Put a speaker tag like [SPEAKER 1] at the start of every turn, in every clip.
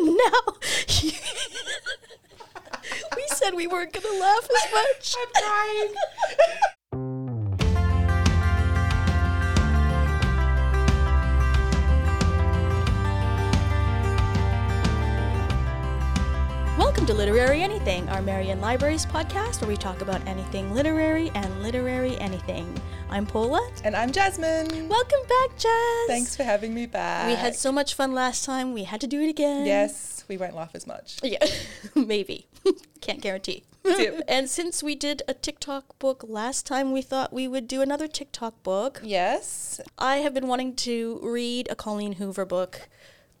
[SPEAKER 1] now. we said we weren't going to laugh as much.
[SPEAKER 2] I'm crying.
[SPEAKER 1] Welcome to Literary Anything, our Marion Libraries podcast where we talk about anything literary and literary anything. I'm Paula.
[SPEAKER 2] And I'm
[SPEAKER 1] Welcome
[SPEAKER 2] Jasmine.
[SPEAKER 1] back, Jazz.
[SPEAKER 2] Thanks for having me back.
[SPEAKER 1] We had so much fun last time. We had to do it again.
[SPEAKER 2] Yes, we won't laugh as much.
[SPEAKER 1] Yeah, maybe. Can't guarantee.
[SPEAKER 2] Yep.
[SPEAKER 1] and since we did a TikTok book last time, we thought we would do another TikTok book.
[SPEAKER 2] Yes.
[SPEAKER 1] I have been wanting to read a Colleen Hoover book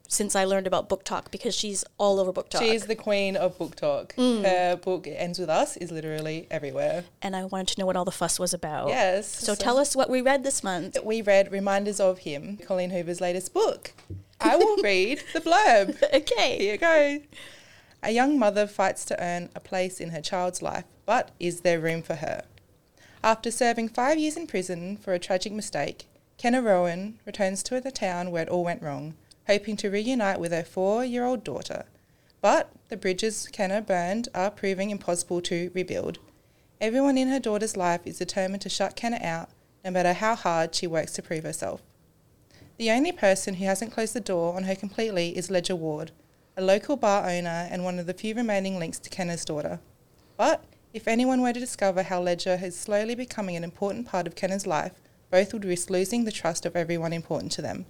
[SPEAKER 1] since I learned about Book Talk because she's all over Book Talk. Mm.
[SPEAKER 2] She is the queen of book talk. Her book It Ends With Us is literally everywhere.
[SPEAKER 1] and I wanted to know what all the fuss was about.
[SPEAKER 2] Yes.
[SPEAKER 1] So, tell us what we read this month.
[SPEAKER 2] We read Reminders of Him, Colleen Hoover's latest book. I will read the blurb.
[SPEAKER 1] Okay.
[SPEAKER 2] Here you go. A young mother fights to earn a place in her child's life, but is there room for her? After serving five years in prison for a tragic mistake, Kenna Rowan returns to the town where it all went wrong, hoping to reunite with her four year old daughter. But the bridges Kenna burned are proving impossible to rebuild. Everyone in her daughter's life is determined to shut Kenna out, no matter how hard she works to prove herself. The only person who hasn't closed the door on her completely is Ledger Ward, a local bar owner and one of the few remaining links to Kenna's daughter. But if anyone were to discover how Ledger is slowly becoming an important part of Kenna's life, both would risk losing the trust of everyone important to them.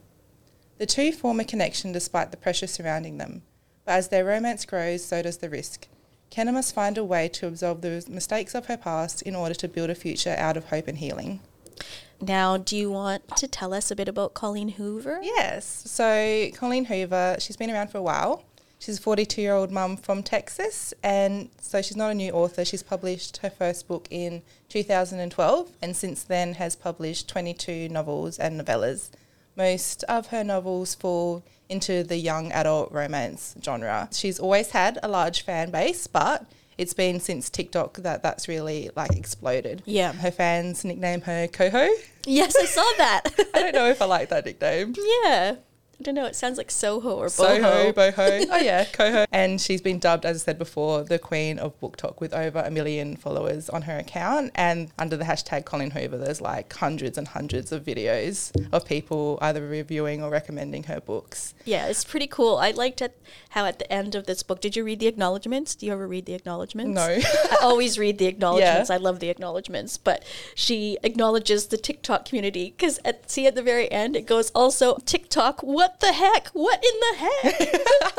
[SPEAKER 2] The two form a connection despite the pressure surrounding them, but as their romance grows, so does the risk. Kenna must find a way to absolve the mistakes of her past in order to build a future out of hope and healing.
[SPEAKER 1] Now, do you want to tell us a bit about Colleen Hoover?
[SPEAKER 2] Yes. So Colleen Hoover, she's been around for a while. She's a 42 year old mum from Texas, and so she's not a new author. She's published her first book in 2012, and since then has published 22 novels and novellas. Most of her novels fall into the young adult romance genre. She's always had a large fan base, but it's been since TikTok that that's really like exploded.
[SPEAKER 1] Yeah.
[SPEAKER 2] Her fans nickname her Coho.
[SPEAKER 1] Yes, I saw that.
[SPEAKER 2] I don't know if I like that nickname.
[SPEAKER 1] yeah. I don't know. It sounds like Soho or
[SPEAKER 2] Soho,
[SPEAKER 1] Boho.
[SPEAKER 2] boho. Oh yeah, coho. And she's been dubbed, as I said before, the queen of book talk with over a million followers on her account. And under the hashtag Colin Hoover, there's like hundreds and hundreds of videos of people either reviewing or recommending her books.
[SPEAKER 1] yeah, it's pretty cool. I liked it how at the end of this book, did you read the acknowledgments? Do you ever read the acknowledgments?
[SPEAKER 2] No.
[SPEAKER 1] I always read the acknowledgments. I love the acknowledgments, but she acknowledges the TikTok community because at see at the very end it goes also TikTok. What the heck? What in the heck?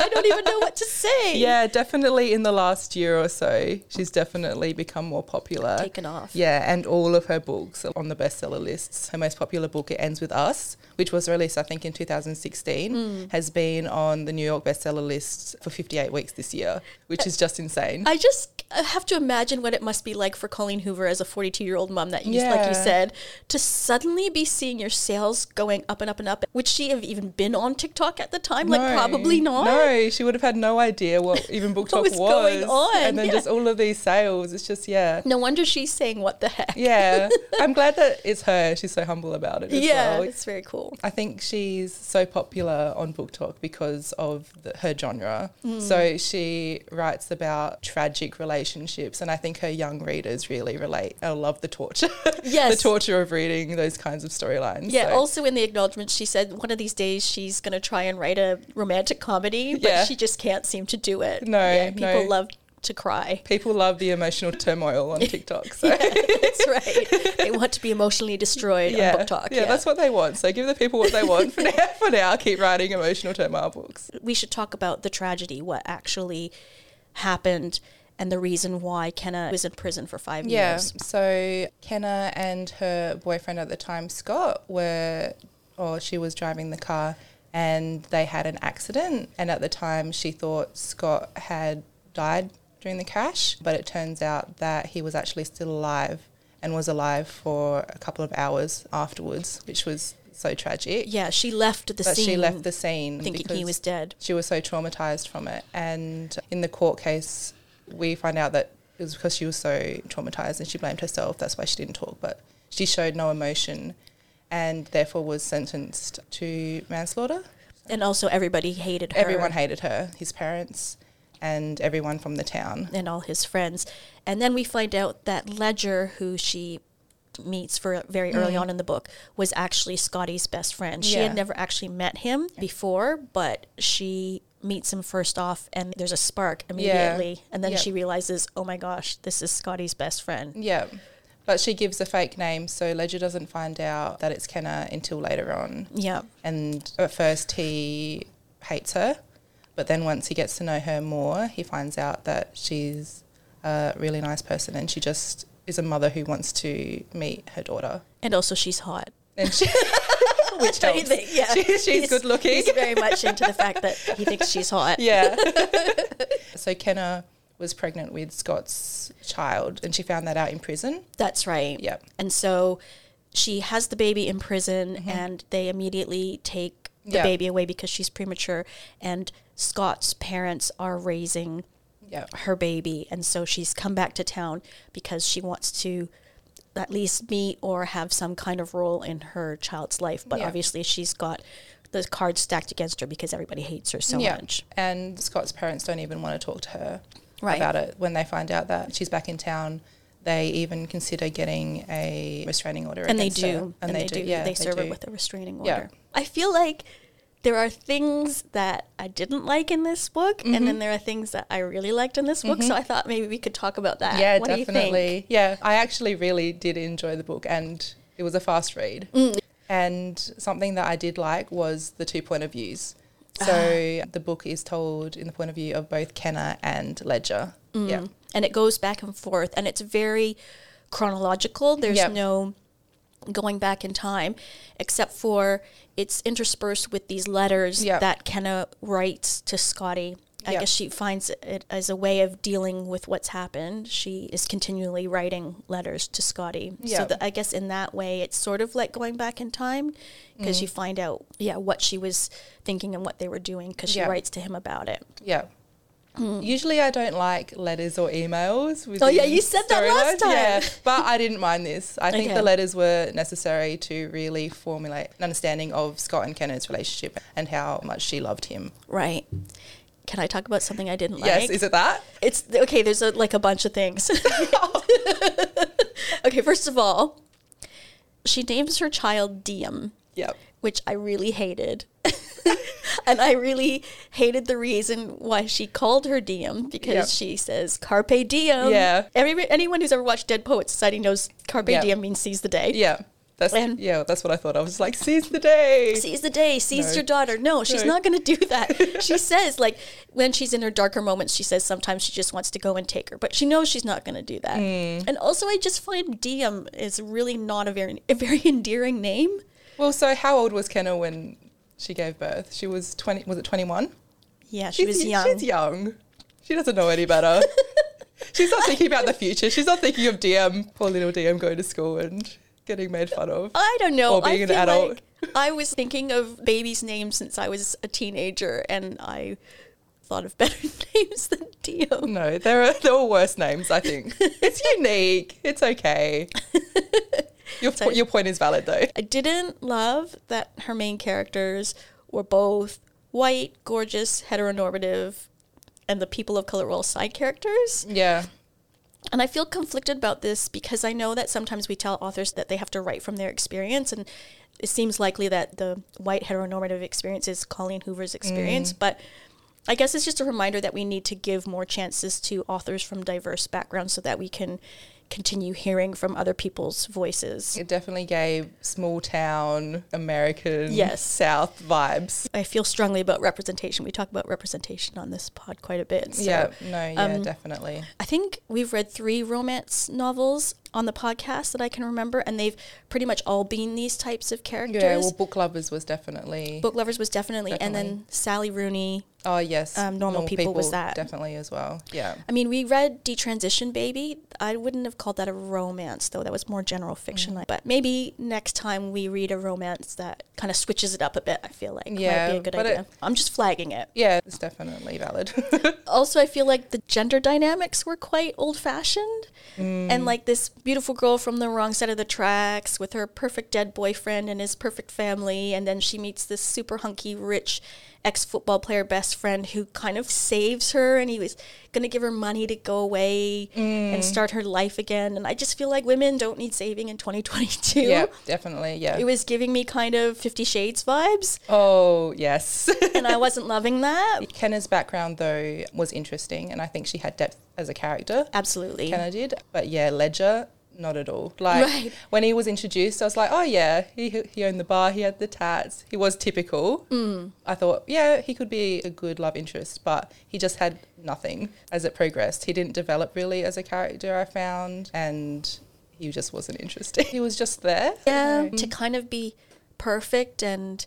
[SPEAKER 1] I don't even know what to say.
[SPEAKER 2] Yeah, definitely in the last year or so, she's definitely become more popular.
[SPEAKER 1] Taken off.
[SPEAKER 2] Yeah, and all of her books are on the bestseller lists. Her most popular book, It Ends With Us, which was released, I think, in 2016,
[SPEAKER 1] Hmm.
[SPEAKER 2] has been on the New York bestseller list for 58 weeks this year, which is just insane.
[SPEAKER 1] I just I have to imagine what it must be like for Colleen Hoover as a 42 year old mom that you, like you
[SPEAKER 2] Yeah.
[SPEAKER 1] said, to suddenly be seeing your sales going up and up and up. Would she have even been on TikTok at the time? like,
[SPEAKER 2] No,
[SPEAKER 1] probably not.
[SPEAKER 2] No, she would have had no idea what even book talk
[SPEAKER 1] was going on,
[SPEAKER 2] and then
[SPEAKER 1] yeah.
[SPEAKER 2] just all of these sales. It's just yeah,
[SPEAKER 1] No wonder she's saying, What the heck?
[SPEAKER 2] yeah. I'm glad that it's her. She's so humble about it. As
[SPEAKER 1] Yeah,
[SPEAKER 2] well.
[SPEAKER 1] it's very cool.
[SPEAKER 2] I think she's so popular on Book Talk because of the, her genre.
[SPEAKER 1] Mm.
[SPEAKER 2] So she writes about tragic relationships, and I think her young readers really relate. I love the torture.
[SPEAKER 1] Yes.
[SPEAKER 2] the torture of reading those kinds of storylines.
[SPEAKER 1] Yeah,
[SPEAKER 2] So-
[SPEAKER 1] also in the acknowledgments, she said one of these days she's going to try and write a romantic comedy, but
[SPEAKER 2] Yeah.
[SPEAKER 1] she just can't seem to do it.
[SPEAKER 2] No,
[SPEAKER 1] Yeah, people
[SPEAKER 2] no.
[SPEAKER 1] love to cry.
[SPEAKER 2] people love the emotional turmoil on TikTok. So.
[SPEAKER 1] Yeah, that's right. They want to be emotionally destroyed
[SPEAKER 2] Yeah,
[SPEAKER 1] on book talk.
[SPEAKER 2] yeah, that's what they want. So give the people what they want for now. For now, keep writing emotional turmoil books.
[SPEAKER 1] we should talk about the tragedy, what actually happened, and the reason why Kenna was in prison for five
[SPEAKER 2] Yeah.
[SPEAKER 1] years.
[SPEAKER 2] So Kenna and her boyfriend at the time, Scott, were, or she was driving the car and they had an accident. And at the time, she thought Scott had died during the crash, but it turns out that he was actually still alive and was alive for a couple of hours afterwards, which was so tragic.
[SPEAKER 1] Yeah, she left the
[SPEAKER 2] But
[SPEAKER 1] scene.
[SPEAKER 2] she left the scene
[SPEAKER 1] thinking he
[SPEAKER 2] because-
[SPEAKER 1] was dead.
[SPEAKER 2] she was so traumatized from it. And in the court case, we find out that it was because she was so traumatized and she blamed herself. That's why she didn't talk, but she showed no emotion and therefore was sentenced to manslaughter.
[SPEAKER 1] And also, everybody hated her.
[SPEAKER 2] Everyone hated her, his parents, and everyone from the town.
[SPEAKER 1] and all his friends. And then we find out that Ledger, who she meets for very early on in the book, was actually Scotty's best friend. She
[SPEAKER 2] Mm-hmm. Yeah.
[SPEAKER 1] had never actually met him before, but she meets him first off, and there's a spark immediately. And then
[SPEAKER 2] Yep. Mm.
[SPEAKER 1] she realizes, oh my gosh, this is Scotty's best friend.
[SPEAKER 2] Yeah. But she gives a fake name, so Ledger doesn't find out that it's Kenna until later on.
[SPEAKER 1] Yeah.
[SPEAKER 2] And at first, he hates her, but then once he gets to know her more, he finds out that she's a really nice person and she just is a mother who wants to meet her daughter.
[SPEAKER 1] And also, she's hot.
[SPEAKER 2] And she, which
[SPEAKER 1] Don't you
[SPEAKER 2] helps.
[SPEAKER 1] think? Yeah.
[SPEAKER 2] She- she's
[SPEAKER 1] He's-
[SPEAKER 2] good looking.
[SPEAKER 1] He's very much into the fact that he thinks she's hot.
[SPEAKER 2] Yeah. so Kenna was pregnant with Scott's child, and she found that out in prison.
[SPEAKER 1] That's right.
[SPEAKER 2] Yep.
[SPEAKER 1] And so she has the baby in prison and they immediately take the
[SPEAKER 2] Mm-hmm. Yeah.
[SPEAKER 1] baby away because she's premature and Scott's parents are raising
[SPEAKER 2] Yeah.
[SPEAKER 1] her baby and so she's come back to town because she wants to at least meet or have some kind of role in her child's life but
[SPEAKER 2] Yeah.
[SPEAKER 1] obviously she's got the cards stacked against her because everybody hates her so
[SPEAKER 2] yeah.
[SPEAKER 1] much
[SPEAKER 2] And Scott's parents don't even want to talk to her
[SPEAKER 1] Right.
[SPEAKER 2] about it when they find out that she's back in town. They even consider getting a restraining order
[SPEAKER 1] and they
[SPEAKER 2] against
[SPEAKER 1] do
[SPEAKER 2] her.
[SPEAKER 1] and, they, do,
[SPEAKER 2] Yeah,
[SPEAKER 1] they serve
[SPEAKER 2] do.
[SPEAKER 1] it with a restraining
[SPEAKER 2] Yeah.
[SPEAKER 1] order i feel like there are things that i didn't like in this book and then there are things that i really liked in this book so i thought maybe we could talk about that
[SPEAKER 2] Yeah,
[SPEAKER 1] what do you think
[SPEAKER 2] definitely. Yeah, I actually really did enjoy the book, and it was a fast read.
[SPEAKER 1] Mm.
[SPEAKER 2] And something that I did like was the two point of views.
[SPEAKER 1] Ah.
[SPEAKER 2] So the book is told in the point of view of both Kenna and Ledger.
[SPEAKER 1] Mm.
[SPEAKER 2] Yeah,
[SPEAKER 1] and it goes back and forth and it's very chronological there's
[SPEAKER 2] Yep.
[SPEAKER 1] no going back in time except for it's interspersed with these letters
[SPEAKER 2] Yep.
[SPEAKER 1] that kenna writes to scotty i
[SPEAKER 2] Yep.
[SPEAKER 1] guess she finds it as a way of dealing with what's happened she is continually writing letters to scotty so
[SPEAKER 2] Yep.
[SPEAKER 1] that i guess in that way it's sort of like going back in time
[SPEAKER 2] Mm.
[SPEAKER 1] because you find out yeah what she was thinking and what they were doing because she
[SPEAKER 2] Yep.
[SPEAKER 1] writes to him about it
[SPEAKER 2] yeah. Usually I don't like letters or emails.
[SPEAKER 1] Hmm. Oh, yeah,
[SPEAKER 2] within
[SPEAKER 1] you said that last
[SPEAKER 2] storylines. Yeah,
[SPEAKER 1] time.
[SPEAKER 2] but I didn't mind this. I think
[SPEAKER 1] Okay.
[SPEAKER 2] the letters were necessary to really formulate an understanding of Scott and Kenna's relationship and how much she loved him.
[SPEAKER 1] right can i talk about something i didn't like
[SPEAKER 2] yes, is it that?
[SPEAKER 1] It's okay. There's a, like a bunch of things. okay, first of all, she names her child Diem,
[SPEAKER 2] Yep.
[SPEAKER 1] which I really hated, and I really hated the reason why she called her Diem because
[SPEAKER 2] Yep.
[SPEAKER 1] she says carpe diem.
[SPEAKER 2] Yeah.
[SPEAKER 1] Every, anyone who's ever watched Dead Poet Society knows carpe
[SPEAKER 2] Yep.
[SPEAKER 1] diem means seize the day.
[SPEAKER 2] Yeah. That's
[SPEAKER 1] And-
[SPEAKER 2] yeah, that's what I thought. I was like, seize the day.
[SPEAKER 1] seize the day, seize
[SPEAKER 2] No.
[SPEAKER 1] your daughter. No, she's
[SPEAKER 2] No.
[SPEAKER 1] not going to do that. she says, like, when she's in her darker moments, she says sometimes she just wants to go and take her, but she knows she's not going to do that.
[SPEAKER 2] Mm.
[SPEAKER 1] And also, I just find Diem is really not a very, a very endearing name.
[SPEAKER 2] Well, so how old was Kenna when she gave birth? She was twenty. Was it twenty one?
[SPEAKER 1] Yeah, she was young.
[SPEAKER 2] She's young. She doesn't know any better. she's not thinking about the future. She's not thinking of DM. Poor little DM going to school and getting made fun of.
[SPEAKER 1] I don't know.
[SPEAKER 2] Or being
[SPEAKER 1] I
[SPEAKER 2] an
[SPEAKER 1] feel
[SPEAKER 2] adult.
[SPEAKER 1] like I was thinking of babies' names since I was a teenager, and I thought of better names than Diem.
[SPEAKER 2] No, there are there are worse names. I think it's unique. It's okay. Your po- your point is valid though.
[SPEAKER 1] I didn't love that her main characters were both white, gorgeous, heteronormative, and the people of color were all side characters.
[SPEAKER 2] Yeah.
[SPEAKER 1] And I feel conflicted about this because I know that sometimes we tell authors that they have to write from their experience, and it seems likely that the white heteronormative experience is Colleen Hoover's experience, but. I guess it's just a reminder that we need to give more chances to authors from diverse backgrounds so that we can continue hearing from other people's voices.
[SPEAKER 2] It definitely gave small town American
[SPEAKER 1] Yes.
[SPEAKER 2] South vibes.
[SPEAKER 1] I feel strongly about representation. We talk about representation on this pod quite a bit. So
[SPEAKER 2] yeah, no, yeah,
[SPEAKER 1] um,
[SPEAKER 2] definitely.
[SPEAKER 1] I think we've read three romance novels on the podcast that I can remember, and they've pretty much all been these types of characters.
[SPEAKER 2] Yeah, well, Book Lovers was definitely.
[SPEAKER 1] Book Lovers was definitely, and then Sally Rooney.
[SPEAKER 2] oh yes,
[SPEAKER 1] um, Normal People was that.
[SPEAKER 2] definitely as well. Yeah,
[SPEAKER 1] I mean, we read Detransition Baby. I wouldn't have called that a romance, though. That was more general fiction.
[SPEAKER 2] Mm.
[SPEAKER 1] But maybe next time we read a romance that kind of switches it up a bit, I feel like might
[SPEAKER 2] Yeah,
[SPEAKER 1] be a good
[SPEAKER 2] but
[SPEAKER 1] idea.
[SPEAKER 2] it-
[SPEAKER 1] I'm just flagging it.
[SPEAKER 2] yeah, it's definitely valid.
[SPEAKER 1] also I feel like the gender dynamics were quite old fashioned and like this beautiful girl from the wrong side of the tracks with her perfect dead boyfriend and his perfect family. And then she meets this super hunky, rich ex football player best friend who kind of saves her and he was going to give her money to go away and start her life again. And I just feel like women don't need saving in 2022.
[SPEAKER 2] Yeah, definitely. Yeah.
[SPEAKER 1] It was giving me kind of Fifty Shades vibes,
[SPEAKER 2] oh, yes.
[SPEAKER 1] and I wasn't loving that.
[SPEAKER 2] Kenna's background, though, was interesting, and I think she had depth as a character.
[SPEAKER 1] Absolutely.
[SPEAKER 2] Kenna did. But yeah, Ledger, not at all. Like,
[SPEAKER 1] Right.
[SPEAKER 2] when he was introduced, I was like, oh, yeah, he, he owned the bar, he had the tats, he was typical. Mm. I thought, yeah, he could be a good love interest, but he just had nothing as it progressed. He didn't develop really as a character, I found, and he just wasn't interesting. he was just there.
[SPEAKER 1] yeah, to kind of be perfect and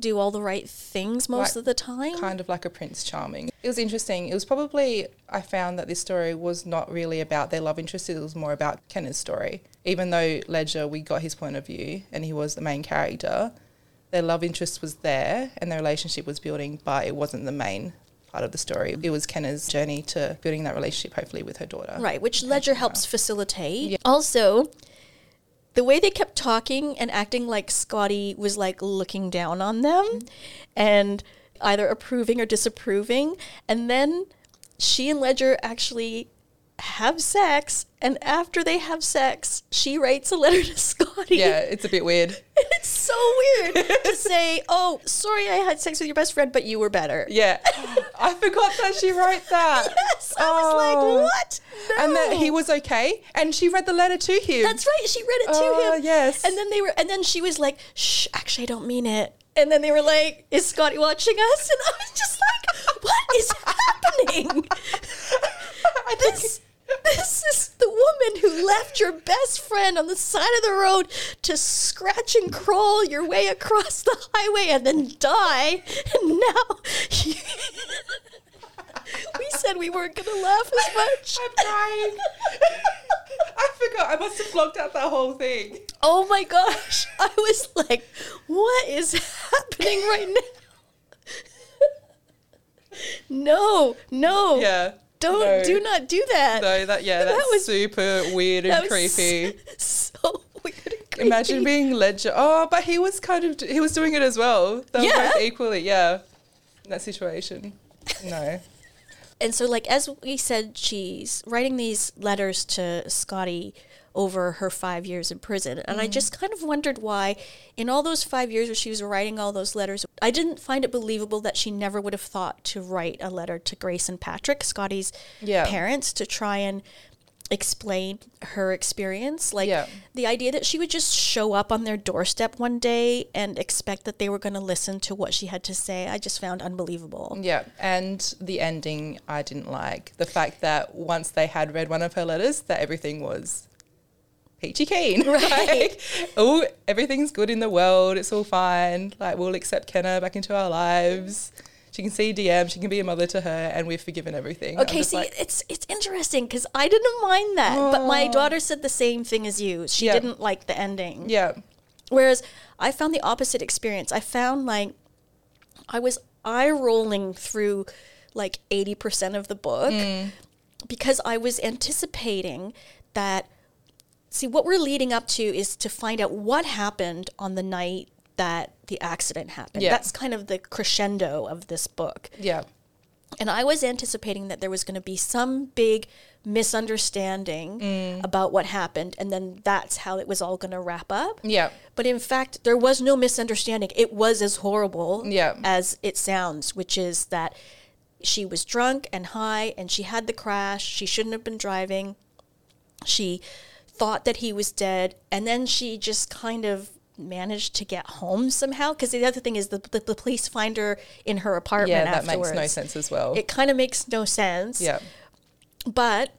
[SPEAKER 1] do all the right things most
[SPEAKER 2] Like,
[SPEAKER 1] of the time.
[SPEAKER 2] kind of like a prince charming. It was interesting. It was probably I found that this story was not really about their love interest. It was more about Kennan's story. Even though Ledger, we got his point of view, and he was the main character. Their love interest was there, and their relationship was building, but it wasn't the main part of the story. It was Kenna's journey to building that relationship, hopefully with her daughter.
[SPEAKER 1] Right, which Ledger helps facilitate. Also, the way they kept talking and acting like Scotty was like looking down on them
[SPEAKER 2] Mm-hmm.
[SPEAKER 1] and either approving or disapproving. And then she and Ledger actually have sex. And after they have sex, she writes a letter to Scotty.
[SPEAKER 2] Yeah, it's a bit weird.
[SPEAKER 1] It's so weird to say, oh, sorry, I had sex with your best friend, but you were better.
[SPEAKER 2] Yeah, I forgot that she wrote that.
[SPEAKER 1] Yes, I was
[SPEAKER 2] Oh.
[SPEAKER 1] like, what?
[SPEAKER 2] And that
[SPEAKER 1] No.
[SPEAKER 2] he was okay, and she read the letter to him.
[SPEAKER 1] That's right. She read it to
[SPEAKER 2] Oh,
[SPEAKER 1] him.
[SPEAKER 2] yes.
[SPEAKER 1] And then they were, and then she was like, "Shh, actually, I don't mean it." And then they were like, "Is Scotty watching us?" And I was just like, "What is happening?" this, this is the woman who left your best friend on the side of the road to scratch and crawl your way across the highway and then die. And now you- we said we weren't going to laugh as much.
[SPEAKER 2] I'm crying. I forgot. I must have blocked out that whole thing.
[SPEAKER 1] Oh my gosh. I was like, what is happening right now? no, no.
[SPEAKER 2] Yeah.
[SPEAKER 1] Oh, Don't
[SPEAKER 2] No.
[SPEAKER 1] do not do that.
[SPEAKER 2] No, that yeah,
[SPEAKER 1] That
[SPEAKER 2] that's
[SPEAKER 1] was-
[SPEAKER 2] super weird and
[SPEAKER 1] That was
[SPEAKER 2] creepy.
[SPEAKER 1] So weird and creepy.
[SPEAKER 2] Imagine being ledger. Oh, but he was kind of he was doing it as well. They were
[SPEAKER 1] Yeah.
[SPEAKER 2] both equally, yeah. In that situation. No.
[SPEAKER 1] And so, like, as we said, she's writing these letters to Scotty over her five years in prison. And I
[SPEAKER 2] Mm-hmm.
[SPEAKER 1] just kind of wondered why, in all those five years where she was writing all those letters, I didn't find it believable that she never would have thought to write a letter to Grace and Patrick, Scotty's
[SPEAKER 2] Yeah.
[SPEAKER 1] parents, to try and explain her experience. Like,
[SPEAKER 2] Yeah.
[SPEAKER 1] the idea that she would just show up on their doorstep one day and expect that they were going to listen to what she had to say, I just found unbelievable.
[SPEAKER 2] Yeah. And the ending I didn't like. The fact that once they had read one of her letters that everything was peachy keen.
[SPEAKER 1] Right.
[SPEAKER 2] Like, oh, everything's good in the world. It's all fine. Like, we'll accept Kenna back into our lives. She can see DM. She can be a mother to her, and we've forgiven everything. I'm
[SPEAKER 1] Okay,
[SPEAKER 2] just
[SPEAKER 1] see,
[SPEAKER 2] like, Oh.
[SPEAKER 1] it's it's interesting because I didn't mind that, but my daughter said the same thing as you. She
[SPEAKER 2] Yeah.
[SPEAKER 1] didn't like the ending.
[SPEAKER 2] yeah,
[SPEAKER 1] Whereas I found the opposite experience. I found like I was eye rolling through like eighty percent of the book
[SPEAKER 2] Mm.
[SPEAKER 1] because I was anticipating that. See, what we're leading up to is to find out what happened on the night that the accident happened.
[SPEAKER 2] Yeah.
[SPEAKER 1] That's kind of the crescendo of this book.
[SPEAKER 2] yeah,
[SPEAKER 1] And I was anticipating that there was going to be some big misunderstanding
[SPEAKER 2] Mm.
[SPEAKER 1] about what happened, and then that's how it was all going to wrap up.
[SPEAKER 2] yeah,
[SPEAKER 1] But in fact, there was no misunderstanding. It was as horrible
[SPEAKER 2] Yeah.
[SPEAKER 1] as it sounds, which is that she was drunk and high, and she had the crash. She shouldn't have been driving. She thought that he was dead, and then she just kind of managed to get home somehow. Because the other thing is, the, the, the police find her in her apartment.
[SPEAKER 2] yeah. That
[SPEAKER 1] afterwards
[SPEAKER 2] makes no sense as well.
[SPEAKER 1] it kind of makes no sense.
[SPEAKER 2] Oh. yeah,
[SPEAKER 1] But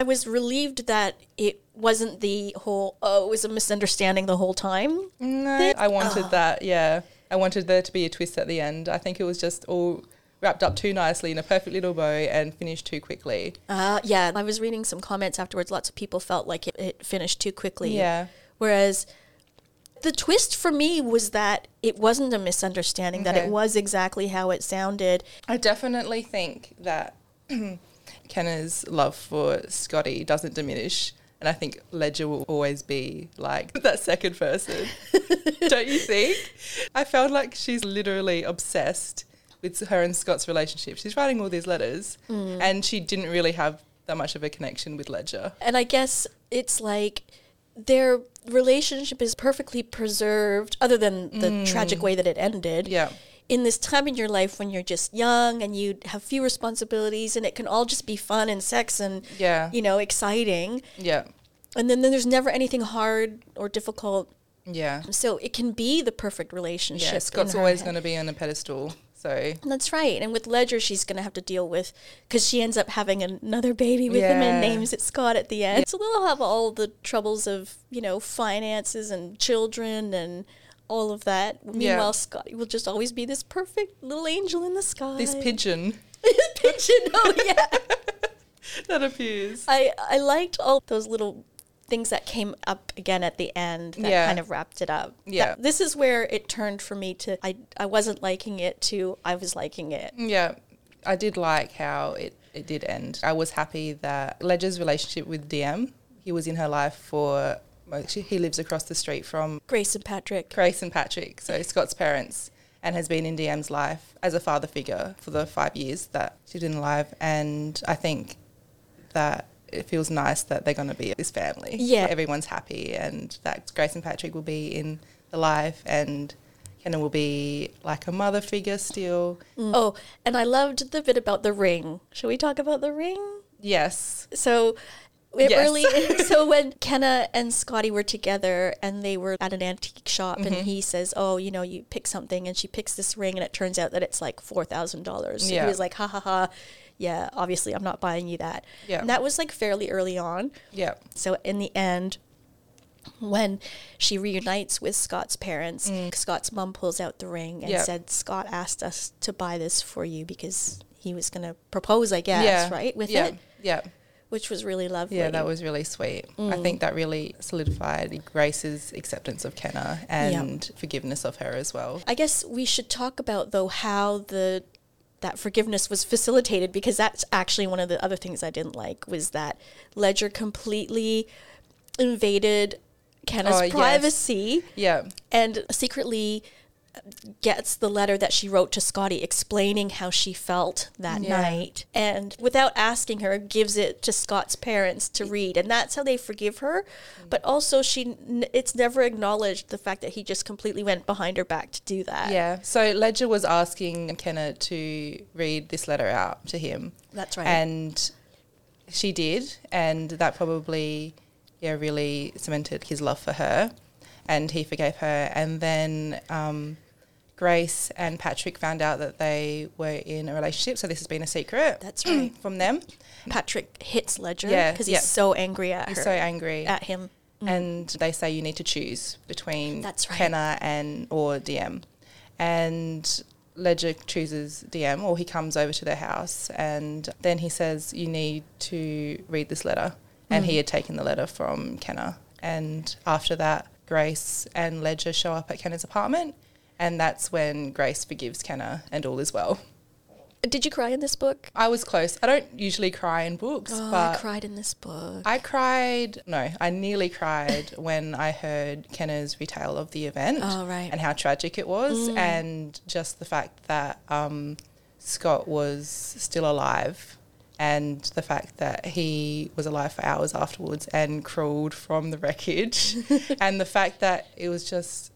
[SPEAKER 1] I was relieved that it wasn't the whole, oh, it was a misunderstanding the whole time.
[SPEAKER 2] no, I wanted that. Yeah, I wanted there to be a twist at the end. I think it was just all wrapped up too nicely in a perfect little bow and finished too quickly.
[SPEAKER 1] Uh, yeah, I was reading some comments afterwards. Lots of people felt like it, it finished too quickly.
[SPEAKER 2] Yeah.
[SPEAKER 1] Whereas the twist for me was that it wasn't a misunderstanding, that
[SPEAKER 2] Okay.
[SPEAKER 1] it was exactly how it sounded.
[SPEAKER 2] I definitely think that Kenna's love for Scotty doesn't diminish. And I think Ledger will always be like that second person. Don't you think? I felt like she's literally obsessed with her and Scott's relationship. She's writing all these letters and she didn't really have that much of a connection with Ledger.
[SPEAKER 1] And I guess it's like their relationship is perfectly preserved, other than the
[SPEAKER 2] Mm.
[SPEAKER 1] tragic way that it ended.
[SPEAKER 2] Yeah.
[SPEAKER 1] In this time in your life when you're just young and you have few responsibilities and it can all just be fun and sex and,
[SPEAKER 2] Yeah.
[SPEAKER 1] you know, exciting.
[SPEAKER 2] Yeah.
[SPEAKER 1] And then, then there's never anything hard or difficult.
[SPEAKER 2] Yeah.
[SPEAKER 1] So it can be the perfect relationship.
[SPEAKER 2] Yeah.
[SPEAKER 1] in
[SPEAKER 2] Scott's
[SPEAKER 1] her
[SPEAKER 2] always
[SPEAKER 1] head.
[SPEAKER 2] going to be on a pedestal. So
[SPEAKER 1] That's right. And with Ledger, she's going to have to deal with because she ends up having another baby with him and
[SPEAKER 2] Yeah.
[SPEAKER 1] names it Scott at the end. So they'll have all the troubles of, you know, finances and children and all of that. Meanwhile, Scott will just always be this perfect little angel in the sky.
[SPEAKER 2] this pigeon
[SPEAKER 1] pigeon. Oh, yeah.
[SPEAKER 2] that appears.
[SPEAKER 1] I, I liked all those little things that came up again at the end that
[SPEAKER 2] Yeah.
[SPEAKER 1] kind of wrapped it up.
[SPEAKER 2] Yeah.
[SPEAKER 1] That- this is where it turned for me to, I, I wasn't liking it to, I was liking it.
[SPEAKER 2] Yeah. I did like how it, it did end. I was happy that Ledger's relationship with DM, he was in her life for, well, she- he lives across the street from
[SPEAKER 1] Grace and Patrick.
[SPEAKER 2] Grace and Patrick, so Scott's parents, and has been in DM's life as a father figure for the five years that she's been alive. And I think that it feels nice that they're going to be this family.
[SPEAKER 1] Yeah.
[SPEAKER 2] Like, everyone's happy, and that Grace and Patrick will be in the life, and Kenna will be like a mother figure still.
[SPEAKER 1] Oh, and I loved the bit about the ring. Shall we talk about the ring?
[SPEAKER 2] Yes.
[SPEAKER 1] So it
[SPEAKER 2] Yes.
[SPEAKER 1] really so when Kenna and Scotty were together and they were at an antique shop and
[SPEAKER 2] Mm-hmm.
[SPEAKER 1] he says, "Oh, you know, you pick something," and she picks this ring and it turns out that it's like four thousand dollars. So
[SPEAKER 2] Yeah.
[SPEAKER 1] he was like, "Ha ha ha." Yeah, obviously, I'm not buying you that.
[SPEAKER 2] Yeah.
[SPEAKER 1] And that was like fairly early on.
[SPEAKER 2] Yeah.
[SPEAKER 1] So in the end, when she reunites with Scott's parents, Scott's mom pulls out the ring and
[SPEAKER 2] Mm. Yeah.
[SPEAKER 1] said, "Scott asked us to buy this for you because he was going to propose, I guess, right? With
[SPEAKER 2] yeah.
[SPEAKER 1] it,
[SPEAKER 2] Yeah.
[SPEAKER 1] which was really lovely.
[SPEAKER 2] Yeah, that was really sweet.
[SPEAKER 1] Mm.
[SPEAKER 2] I think that really solidified Grace's acceptance of Kenna and forgiveness of her as well.
[SPEAKER 1] I guess we should talk about though how the that forgiveness was facilitated because that's actually one of the other things I didn't like was that Ledger completely invaded Kenna's
[SPEAKER 2] Oh, yes.
[SPEAKER 1] privacy.
[SPEAKER 2] Yeah.
[SPEAKER 1] and secretly gets the letter that she wrote to Scotty explaining how she felt that
[SPEAKER 2] Yeah.
[SPEAKER 1] night and without asking her gives it to Scott's parents to read and that's how they forgive her but also she n- it's never acknowledged the fact that he just completely went behind her back to do that
[SPEAKER 2] Yeah. So Ledger was asking Kenna to read this letter out to him.
[SPEAKER 1] That's right.
[SPEAKER 2] And she did, and that probably yeah really cemented his love for her, and he forgave her. And then um, Grace and Patrick found out that they were in a relationship, so this has been a secret.
[SPEAKER 1] That's right.
[SPEAKER 2] from them.
[SPEAKER 1] Patrick hits Ledger
[SPEAKER 2] Yeah,
[SPEAKER 1] because
[SPEAKER 2] yeah.
[SPEAKER 1] he's so angry at
[SPEAKER 2] He's
[SPEAKER 1] her
[SPEAKER 2] so angry,
[SPEAKER 1] at him
[SPEAKER 2] and they say you need to choose between
[SPEAKER 1] Mm. That's right.
[SPEAKER 2] Kenna and or DM. And Ledger chooses DM, or he comes over to their house, and then he says you need to read this letter, and
[SPEAKER 1] Mm.
[SPEAKER 2] he had taken the letter from Kenna. And after that, Grace and Ledger show up at Kenna's apartment, and that's when Grace forgives Kenna, and all is well.
[SPEAKER 1] did you cry in this book
[SPEAKER 2] I was close. I don't usually cry in books,
[SPEAKER 1] oh I
[SPEAKER 2] but
[SPEAKER 1] cried in this book
[SPEAKER 2] I cried, no, I nearly cried when I heard Kenna's retail of the event
[SPEAKER 1] Oh, right. Mm.
[SPEAKER 2] and how tragic it was, and just the fact that um, Scott was still alive, and the fact that he was alive for hours afterwards and crawled from the wreckage, and the fact that it was just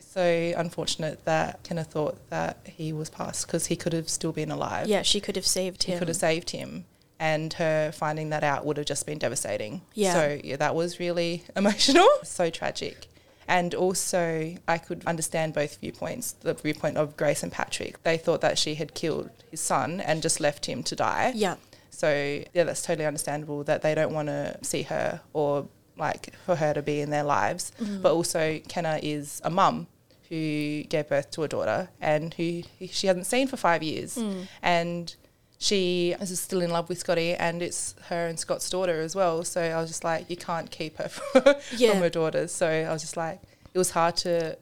[SPEAKER 2] so unfortunate that Kenna thought that he was passed because he could have still been alive.
[SPEAKER 1] yeah she could have saved
[SPEAKER 2] He
[SPEAKER 1] him
[SPEAKER 2] could have saved him. And her finding that out would have just been devastating.
[SPEAKER 1] Yeah.
[SPEAKER 2] So yeah, that was really emotional. So tragic. And also, I could understand both viewpoints the viewpoint of Grace and Patrick. They thought that she had killed his son and just left him to die.
[SPEAKER 1] yeah
[SPEAKER 2] So, yeah, that's totally understandable that they don't want to see her or like for her to be in their lives. But also, Kenna is a mum who gave birth to a daughter and who she hasn't seen for five years. And she is still in love with Scotty and it's her and Scott's daughter as well. So, I was just like, you can't keep her from,
[SPEAKER 1] Yeah.
[SPEAKER 2] from her daughters. So, I was just like, it was hard to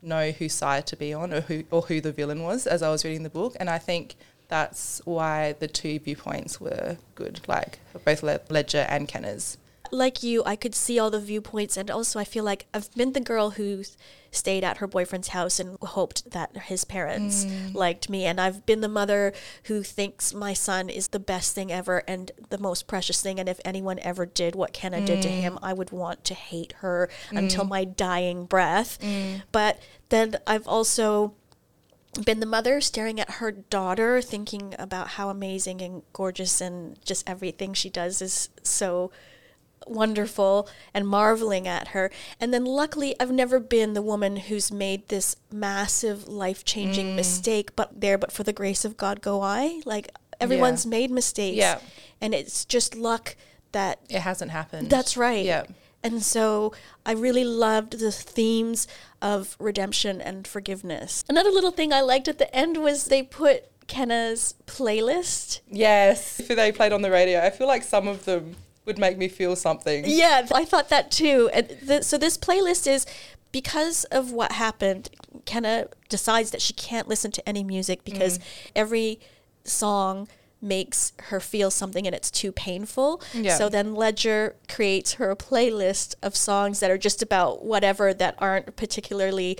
[SPEAKER 2] know whose side to be on or who or who the villain was as I was reading the book, and I think that's why the two viewpoints were good, like both Le- Ledger and Kenner's.
[SPEAKER 1] Like you, I could see all the viewpoints, and also I feel like I've been the girl who s- stayed at her boyfriend's house and hoped that his parents liked me, and I've been the mother who thinks my son is the best thing ever and the most precious thing, and if anyone ever did what Kenna did to him, I would want to hate her until my dying breath. But then I've also been the mother staring at her daughter, thinking about how amazing and gorgeous and just everything she does is so wonderful and marveling at her. And then, luckily, I've never been the woman who's made this massive life changing
[SPEAKER 2] Mm.
[SPEAKER 1] mistake, but there, but for the grace of God, go I. Like, everyone's made mistakes.
[SPEAKER 2] Yeah.
[SPEAKER 1] And it's just luck that
[SPEAKER 2] It hasn't happened.
[SPEAKER 1] that's right.
[SPEAKER 2] Yeah.
[SPEAKER 1] And so I really loved the themes of redemption and forgiveness. Another little thing I liked at the end was they put Kenna's playlist.
[SPEAKER 2] Yes. If they played on the radio, I feel like some of them would make me feel something.
[SPEAKER 1] Yeah, I thought that too. And th- so this playlist is because of what happened, Kenna decides that she can't listen to any music
[SPEAKER 2] Mm.
[SPEAKER 1] because every song makes her feel something and it's too painful.
[SPEAKER 2] Yeah.
[SPEAKER 1] So then Ledger creates her a playlist of songs that are just about whatever that aren't particularly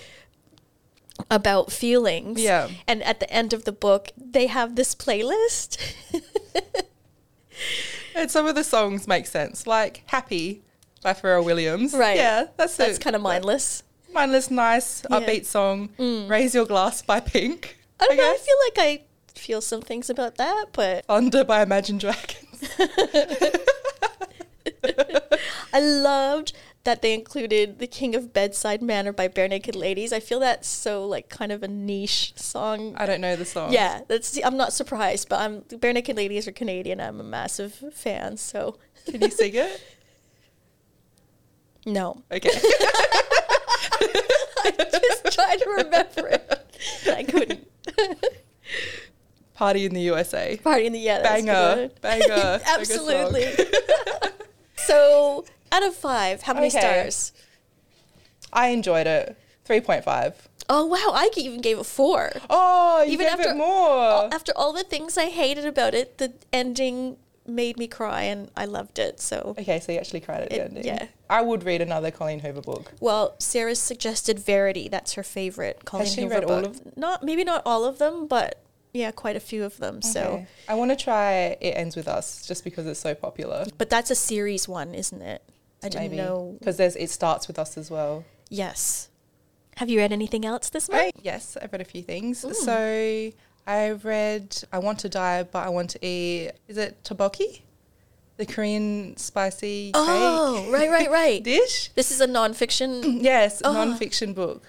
[SPEAKER 1] about feelings.
[SPEAKER 2] Yeah.
[SPEAKER 1] And at the end of the book, they have this playlist.
[SPEAKER 2] And some of the songs make sense, like Happy by Pharrell Williams.
[SPEAKER 1] Right.
[SPEAKER 2] Yeah, that's
[SPEAKER 1] That's
[SPEAKER 2] a-
[SPEAKER 1] kind of mindless.
[SPEAKER 2] mindless, nice,
[SPEAKER 1] Yeah. Mm.
[SPEAKER 2] upbeat song. Raise Your Glass by Pink.
[SPEAKER 1] I don't know.
[SPEAKER 2] guess.
[SPEAKER 1] I feel like I feel some things about that, but
[SPEAKER 2] Thunder by Imagine Dragons.
[SPEAKER 1] I loved that they included "The King of Bedside Manor" by Bare Naked Ladies. I feel that's so like kind of a niche song.
[SPEAKER 2] I don't know the song.
[SPEAKER 1] Yeah, that's. I'm not surprised, but I'm Bare Naked Ladies are Canadian. I'm a massive fan, so
[SPEAKER 2] Can you sing it?
[SPEAKER 1] no,
[SPEAKER 2] Okay.
[SPEAKER 1] just trying to remember it. I couldn't.
[SPEAKER 2] Party in the USA.
[SPEAKER 1] Party in the yeah, that's
[SPEAKER 2] Banger.
[SPEAKER 1] good.
[SPEAKER 2] Banger.
[SPEAKER 1] Absolutely.
[SPEAKER 2] Banger song.
[SPEAKER 1] so, out of five, how many
[SPEAKER 2] Okay.
[SPEAKER 1] stars?
[SPEAKER 2] I enjoyed it. 3.5.
[SPEAKER 1] Oh wow, I even gave it four.
[SPEAKER 2] Oh, you
[SPEAKER 1] Even
[SPEAKER 2] gave
[SPEAKER 1] after-
[SPEAKER 2] it more.
[SPEAKER 1] after all the things I hated about it, the ending made me cry and I loved it. So,
[SPEAKER 2] Okay, so you actually cried at the
[SPEAKER 1] It-
[SPEAKER 2] ending.
[SPEAKER 1] yeah.
[SPEAKER 2] I would read another Colleen Hoover book.
[SPEAKER 1] well, Sarah's suggested Verity. That's her favorite. Colleen
[SPEAKER 2] she
[SPEAKER 1] Hoover
[SPEAKER 2] read all
[SPEAKER 1] book. Not maybe not all of them, but yeah, quite a few of them. So,
[SPEAKER 2] Okay. I want to try It Ends With Us just because it's so popular.
[SPEAKER 1] but that's a series one, isn't it? I didn't
[SPEAKER 2] Maybe.
[SPEAKER 1] know.
[SPEAKER 2] Because there's It Starts With Us as well.
[SPEAKER 1] Yes. Have you read anything else this month?
[SPEAKER 2] I- yes, I've read a few things. So I read I Want to Die, but I Want to Eat. Is it tteokbokki? The Korean spicy
[SPEAKER 1] Oh,
[SPEAKER 2] cake
[SPEAKER 1] right, right, right.
[SPEAKER 2] dish?
[SPEAKER 1] this is a nonfiction.
[SPEAKER 2] Yes,
[SPEAKER 1] Oh.
[SPEAKER 2] non-fiction book.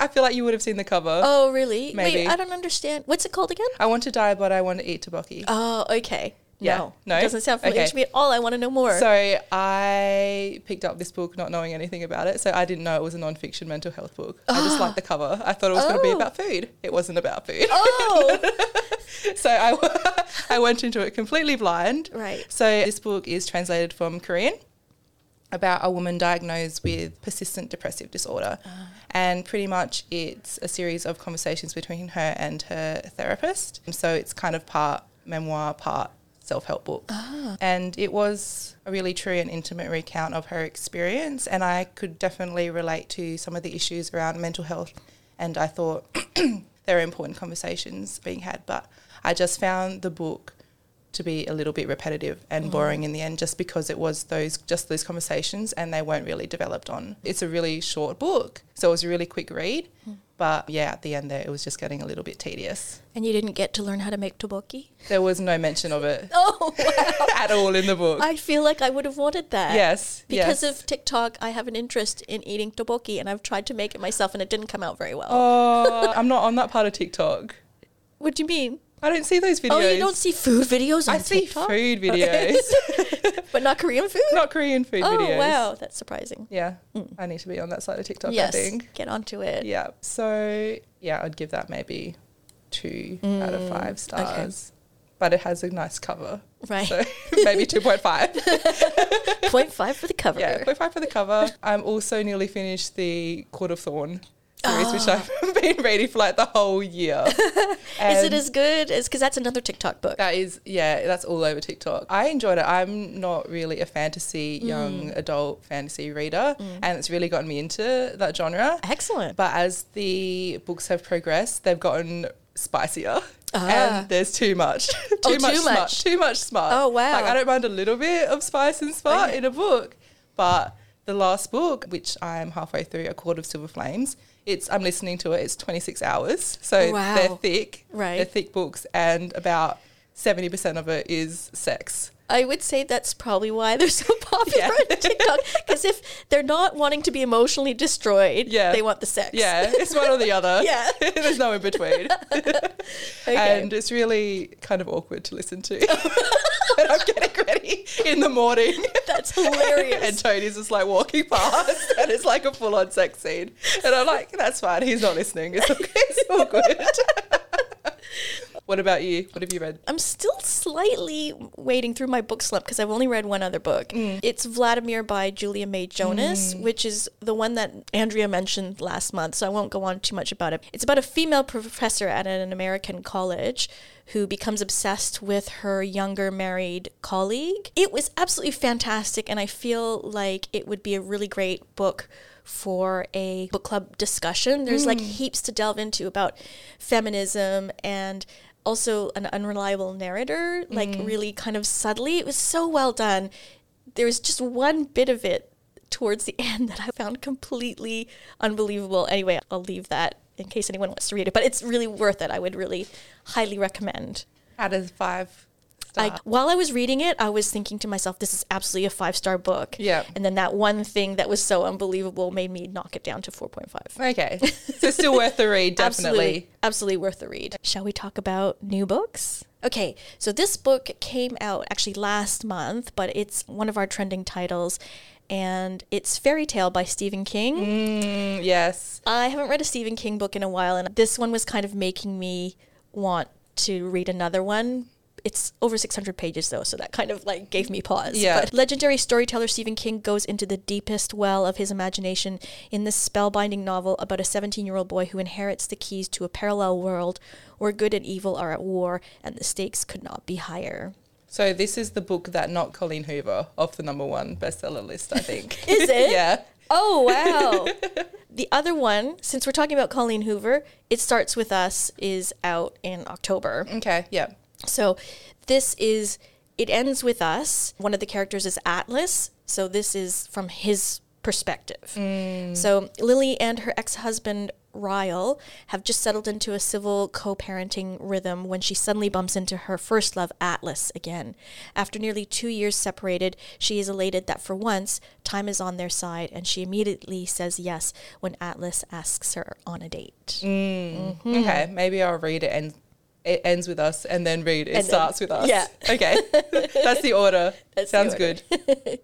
[SPEAKER 2] I feel like you would have seen the cover.
[SPEAKER 1] Oh, really? Wait,
[SPEAKER 2] Maybe.
[SPEAKER 1] I don't understand. What's it called again?
[SPEAKER 2] I want to die, but I want to eat tteokbokki.
[SPEAKER 1] Oh, okay.
[SPEAKER 2] Uh, Yeah.
[SPEAKER 1] No,
[SPEAKER 2] No?
[SPEAKER 1] It doesn't sound familiar
[SPEAKER 2] Okay.
[SPEAKER 1] to me at all. I want to know more.
[SPEAKER 2] So I picked up this book not knowing anything about it. So I didn't know it was a non-fiction mental health book. I just liked the cover. I thought it was going to be
[SPEAKER 1] Oh.
[SPEAKER 2] about food. It wasn't about food.
[SPEAKER 1] oh,
[SPEAKER 2] so I, I went into it completely blind.
[SPEAKER 1] Right.
[SPEAKER 2] So this book is translated from Korean about a woman diagnosed with persistent depressive disorder. And pretty much it's a series of conversations between her and her therapist. So it's kind of part memoir, part self help book. And it was a really true and intimate recount of her experience. And I could definitely relate to some of the issues around mental health. And I thought there are important conversations being had. But I just found the book to be a little bit repetitive
[SPEAKER 1] Mm.
[SPEAKER 2] and boring in the end just because it was those just those conversations and they weren't really developed on. It's a really short book, so it was a really quick read.
[SPEAKER 1] Mm.
[SPEAKER 2] But yeah, at the end there it was just getting a little bit tedious.
[SPEAKER 1] And you didn't get to learn how to make tteokbokki?
[SPEAKER 2] There was no mention of it
[SPEAKER 1] Oh,
[SPEAKER 2] at all in the book.
[SPEAKER 1] I feel like I would have wanted that.
[SPEAKER 2] yes.
[SPEAKER 1] Because
[SPEAKER 2] yes.
[SPEAKER 1] of TikTok, I have an interest in eating tteokbokki and I've tried to make it myself and it didn't come out very well.
[SPEAKER 2] Oh, I'm not on that part of TikTok.
[SPEAKER 1] What do you mean?
[SPEAKER 2] I don't see those videos.
[SPEAKER 1] Oh, you don't see food videos on
[SPEAKER 2] I see
[SPEAKER 1] TikTok?
[SPEAKER 2] food videos,
[SPEAKER 1] But not Korean food?
[SPEAKER 2] not Korean food
[SPEAKER 1] oh,
[SPEAKER 2] videos.
[SPEAKER 1] wow. That's surprising.
[SPEAKER 2] Yeah, I need to be on that side of TikTok,
[SPEAKER 1] Mm. yes. Uh,
[SPEAKER 2] I think.
[SPEAKER 1] Get onto it.
[SPEAKER 2] Yeah. So yeah, I'd give that maybe two out of five
[SPEAKER 1] Mm,
[SPEAKER 2] stars. But it has a nice cover.
[SPEAKER 1] Right.
[SPEAKER 2] So maybe two point five.
[SPEAKER 1] Point 0.5 for the cover.
[SPEAKER 2] yeah, point five for the cover. I'm also nearly finished the Court of Thorn. series, which I've been reading for like the whole year.
[SPEAKER 1] Ah. Is it
[SPEAKER 2] And-
[SPEAKER 1] as good as because that's another TikTok book?
[SPEAKER 2] That is, yeah, that's all over TikTok. I enjoyed it. I'm not really a fantasy,
[SPEAKER 1] Mm.
[SPEAKER 2] young adult fantasy reader, and it's really gotten me into that genre.
[SPEAKER 1] Excellent.
[SPEAKER 2] But as the books have progressed, they've gotten spicier.
[SPEAKER 1] Ah.
[SPEAKER 2] And there's too much. too,
[SPEAKER 1] Oh,
[SPEAKER 2] much
[SPEAKER 1] too
[SPEAKER 2] smart.
[SPEAKER 1] much.
[SPEAKER 2] Too much smart.
[SPEAKER 1] Oh, wow.
[SPEAKER 2] Like, I don't mind a little bit of spice and smart
[SPEAKER 1] Okay.
[SPEAKER 2] in a book, but the last book, which I'm halfway through, A Court of Silver Flames, it's I'm listening to it, it's 26 hours. So
[SPEAKER 1] Wow.
[SPEAKER 2] they're thick.
[SPEAKER 1] Right.
[SPEAKER 2] They're thick books, and about 70% of it is sex.
[SPEAKER 1] I would say that's probably why they're so popular
[SPEAKER 2] Yeah.
[SPEAKER 1] on TikTok. Because if they're not wanting to be emotionally destroyed,
[SPEAKER 2] Yeah.
[SPEAKER 1] they want the sex.
[SPEAKER 2] Yeah, it's one or the other.
[SPEAKER 1] Yeah.
[SPEAKER 2] There's no in between.
[SPEAKER 1] Okay.
[SPEAKER 2] And it's really kind of awkward to listen to. and I'm getting ready in the morning.
[SPEAKER 1] that's
[SPEAKER 2] And
[SPEAKER 1] hilarious.
[SPEAKER 2] Tony's just like walking past, and it's like a full on sex scene. And I'm like, that's fine. He's not listening. It's, okay. it's all good. what about you? What have you read?
[SPEAKER 1] I'm still slightly wading through my book slump because I've only read one other book. It's Vladimir by Julia May Jonas, which is the one that Andrea mentioned last month, so I won't go on too much about it. It's about a female professor at an American college who becomes obsessed with her younger married colleague. It was absolutely fantastic, and I feel like it would be a really great book for a book club discussion. There's like heaps to delve into about feminism and also an unreliable narrator, like really kind of subtly. It was so well done. There was just one bit of it towards the end that I found completely unbelievable. Anyway, I'll leave that in case anyone wants to read it, but it's really worth it. I would really highly recommend.
[SPEAKER 2] Out of five.
[SPEAKER 1] I, while I was reading it, I was thinking to myself, this is absolutely a five star book.
[SPEAKER 2] Yeah.
[SPEAKER 1] And then that one thing that was so unbelievable made me knock it down to 4.5.
[SPEAKER 2] Okay. So still worth the read, definitely.
[SPEAKER 1] Absolutely, absolutely worth the read. Shall we talk about new books? Okay, so this book came out actually last month, but it's one of our trending titles, and it's Fairy Tale by Stephen King.
[SPEAKER 2] Mm, yes.
[SPEAKER 1] I haven't read a Stephen King book in a while, and this one was kind of making me want to read another one. It's over 600 pages, though, so that kind of like gave me pause.
[SPEAKER 2] Yeah.
[SPEAKER 1] But legendary storyteller Stephen King goes into the deepest well of his imagination in this spellbinding novel about a 17 year old boy who inherits the keys to a parallel world where good and evil are at war and the stakes could not be higher.
[SPEAKER 2] So this is the book that knocked Colleen Hoover off the number one bestseller list, I think.
[SPEAKER 1] Is it?
[SPEAKER 2] yeah.
[SPEAKER 1] Oh, wow. the other one, since we're talking about Colleen Hoover, It Starts With Us is out in October.
[SPEAKER 2] Okay. Yeah.
[SPEAKER 1] So this is it ends with us. One of the characters is Atlas. So this is from his perspective. So Lily and her ex-husband Ryle have just settled into a civil co-parenting rhythm when she suddenly bumps into her first love Atlas again. After nearly 2 years separated, she is elated that for once time is on their side and she immediately says yes when Atlas asks her on a date. Mm-hmm.
[SPEAKER 2] Okay. Maybe I'll read it and it ends with us and then read it
[SPEAKER 1] And then-
[SPEAKER 2] starts with us.
[SPEAKER 1] yeah.
[SPEAKER 2] Okay. That's the order.
[SPEAKER 1] That's the
[SPEAKER 2] Sounds
[SPEAKER 1] order.
[SPEAKER 2] good.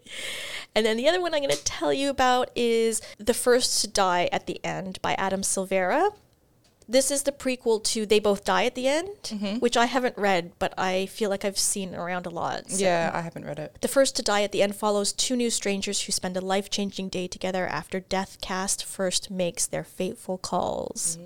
[SPEAKER 1] And then the other one I'm going to tell you about is The First to Die at the End by Adam Silvera. This is the prequel to They Both Die at the End, which I haven't read, but I feel like I've seen around a lot. so-
[SPEAKER 2] Yeah, I haven't read it.
[SPEAKER 1] the first to die at the end follows two new strangers who spend a life changing day together after Death Cast first makes their fateful calls.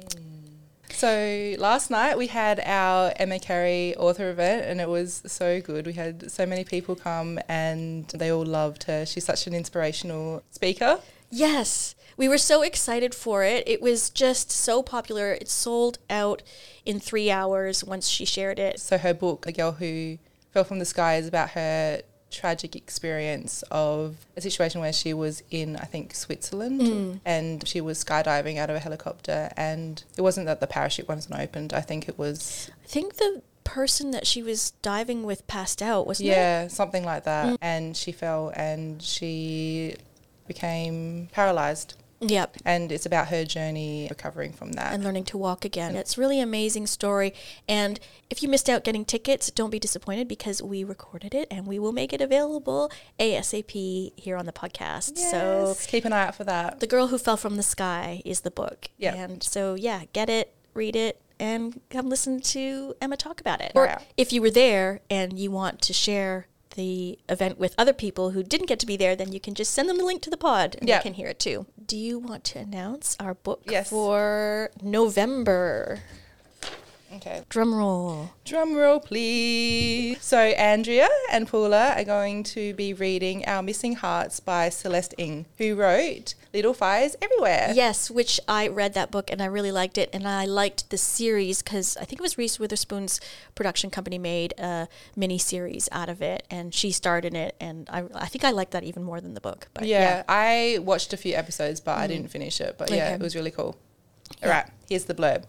[SPEAKER 2] So last night we had our Emma Carey author event and it was so good. We had so many people come and they all loved her. She's such an inspirational speaker.
[SPEAKER 1] Yes, we were so excited for it. It was just so popular. It sold out in three hours once she shared it.
[SPEAKER 2] So her book, The Girl Who Fell from the Sky, is about her tragic experience of a situation where she was in, I think, Switzerland, and she was skydiving out of a helicopter, and it wasn't that the parachute wasn't opened. I think it was,
[SPEAKER 1] I think the person that she was diving with passed out, wasn't it?
[SPEAKER 2] yeah, something like that, and she fell and she became paralyzed.
[SPEAKER 1] Yep.
[SPEAKER 2] And it's about her journey recovering from that.
[SPEAKER 1] And learning to walk again. It's really amazing story. And if you missed out getting tickets, don't be disappointed because we recorded it and we will make it available ASAP here on the podcast. So
[SPEAKER 2] Yes, keep an eye out for that.
[SPEAKER 1] The Girl Who Fell from the Sky is the book.
[SPEAKER 2] Yeah.
[SPEAKER 1] And so yeah, get it, read it, and come listen to Emma talk about it.
[SPEAKER 2] Wow.
[SPEAKER 1] Or if you were there and you want to share the event with other people who didn't get to be there, then you can just send them the link to the pod and
[SPEAKER 2] Yeah.
[SPEAKER 1] they can hear it too. Do you want to announce our book
[SPEAKER 2] Yes.
[SPEAKER 1] for November?
[SPEAKER 2] Okay.
[SPEAKER 1] Drum roll.
[SPEAKER 2] Drum roll, please. So Andrea and Paula are going to be reading Our Missing Hearts by Celeste Ng, who wrote Little Fires Everywhere.
[SPEAKER 1] Yes, which I read that book and I really liked it. And I liked the series because I think it was Reese Witherspoon's production company made a mini series out of it and she starred in it. And I, I think I liked that even more than the book. But
[SPEAKER 2] Yeah, I watched a few episodes, but I didn't finish it. But yeah,
[SPEAKER 1] Okay.
[SPEAKER 2] it was really cool. All right, here's the blurb.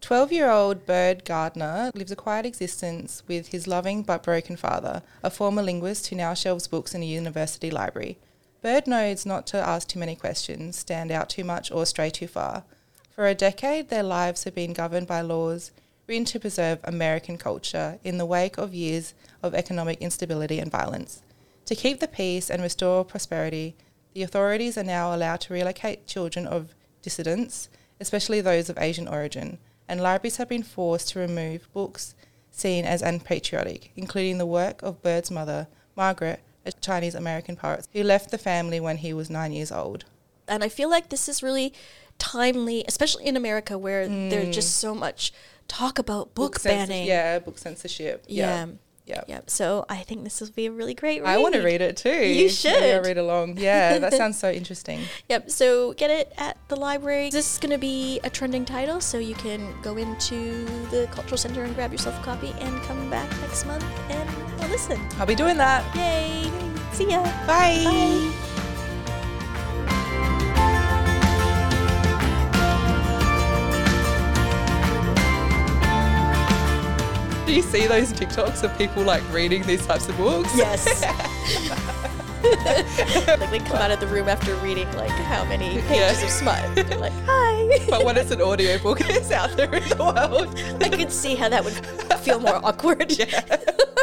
[SPEAKER 2] 12 year old Bird Gardner lives a quiet existence with his loving but broken father, a former linguist who now shelves books in a university library. Bird knows not to ask too many questions, stand out too much, or stray too far. For a decade, their lives have been governed by laws written to preserve American culture in the wake of years of economic instability and violence. To keep the peace and restore prosperity, the authorities are now allowed to relocate children of dissidents, especially those of Asian origin, and libraries have been forced to remove books seen as unpatriotic, including the work of Bird's mother, Margaret, a Chinese American poet who left the family when he was nine years old.
[SPEAKER 1] And I feel like this is really timely, especially in America where there's just so much talk about book,
[SPEAKER 2] censors-
[SPEAKER 1] banning.
[SPEAKER 2] Mm. yeah, book censorship. Yeah.
[SPEAKER 1] Yeah.
[SPEAKER 2] Yeah.
[SPEAKER 1] Yep. So I think this will be a really great read.
[SPEAKER 2] I want to read it too.
[SPEAKER 1] You
[SPEAKER 2] Maybe I'll
[SPEAKER 1] should.
[SPEAKER 2] read along. Yeah, that sounds so interesting.
[SPEAKER 1] Yep. So get it at the library. This is going to be a trending title, so you can go into the cultural center and grab yourself a copy, and come back next month and well, listen.
[SPEAKER 2] I'll be doing that.
[SPEAKER 1] Yay! See ya.
[SPEAKER 2] Bye.
[SPEAKER 1] Bye.
[SPEAKER 2] Do you see those TikToks of people like reading these types of books?
[SPEAKER 1] Yes. like they come out of the room after reading like how many pages
[SPEAKER 2] Yeah.
[SPEAKER 1] of smut. They're like, hi.
[SPEAKER 2] But when it's an audiobook, it's out there in the world.
[SPEAKER 1] I could see how that would feel more awkward.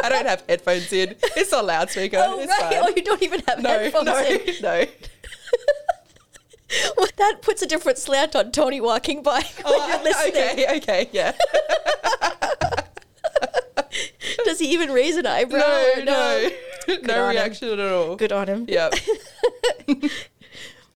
[SPEAKER 2] I don't have headphones in. It's on loudspeaker.
[SPEAKER 1] Oh,
[SPEAKER 2] it's
[SPEAKER 1] right. Oh,
[SPEAKER 2] fine.
[SPEAKER 1] you don't even have
[SPEAKER 2] No,
[SPEAKER 1] headphones
[SPEAKER 2] no,
[SPEAKER 1] in.
[SPEAKER 2] no.
[SPEAKER 1] Well, that puts a different slant on Tony walking by when Oh, you're listening.
[SPEAKER 2] Oh, okay, okay, yeah.
[SPEAKER 1] Does he even raise an eyebrow?
[SPEAKER 2] No,
[SPEAKER 1] or
[SPEAKER 2] no.
[SPEAKER 1] Good on
[SPEAKER 2] No
[SPEAKER 1] him.
[SPEAKER 2] reaction at all.
[SPEAKER 1] Good on him.
[SPEAKER 2] Yep.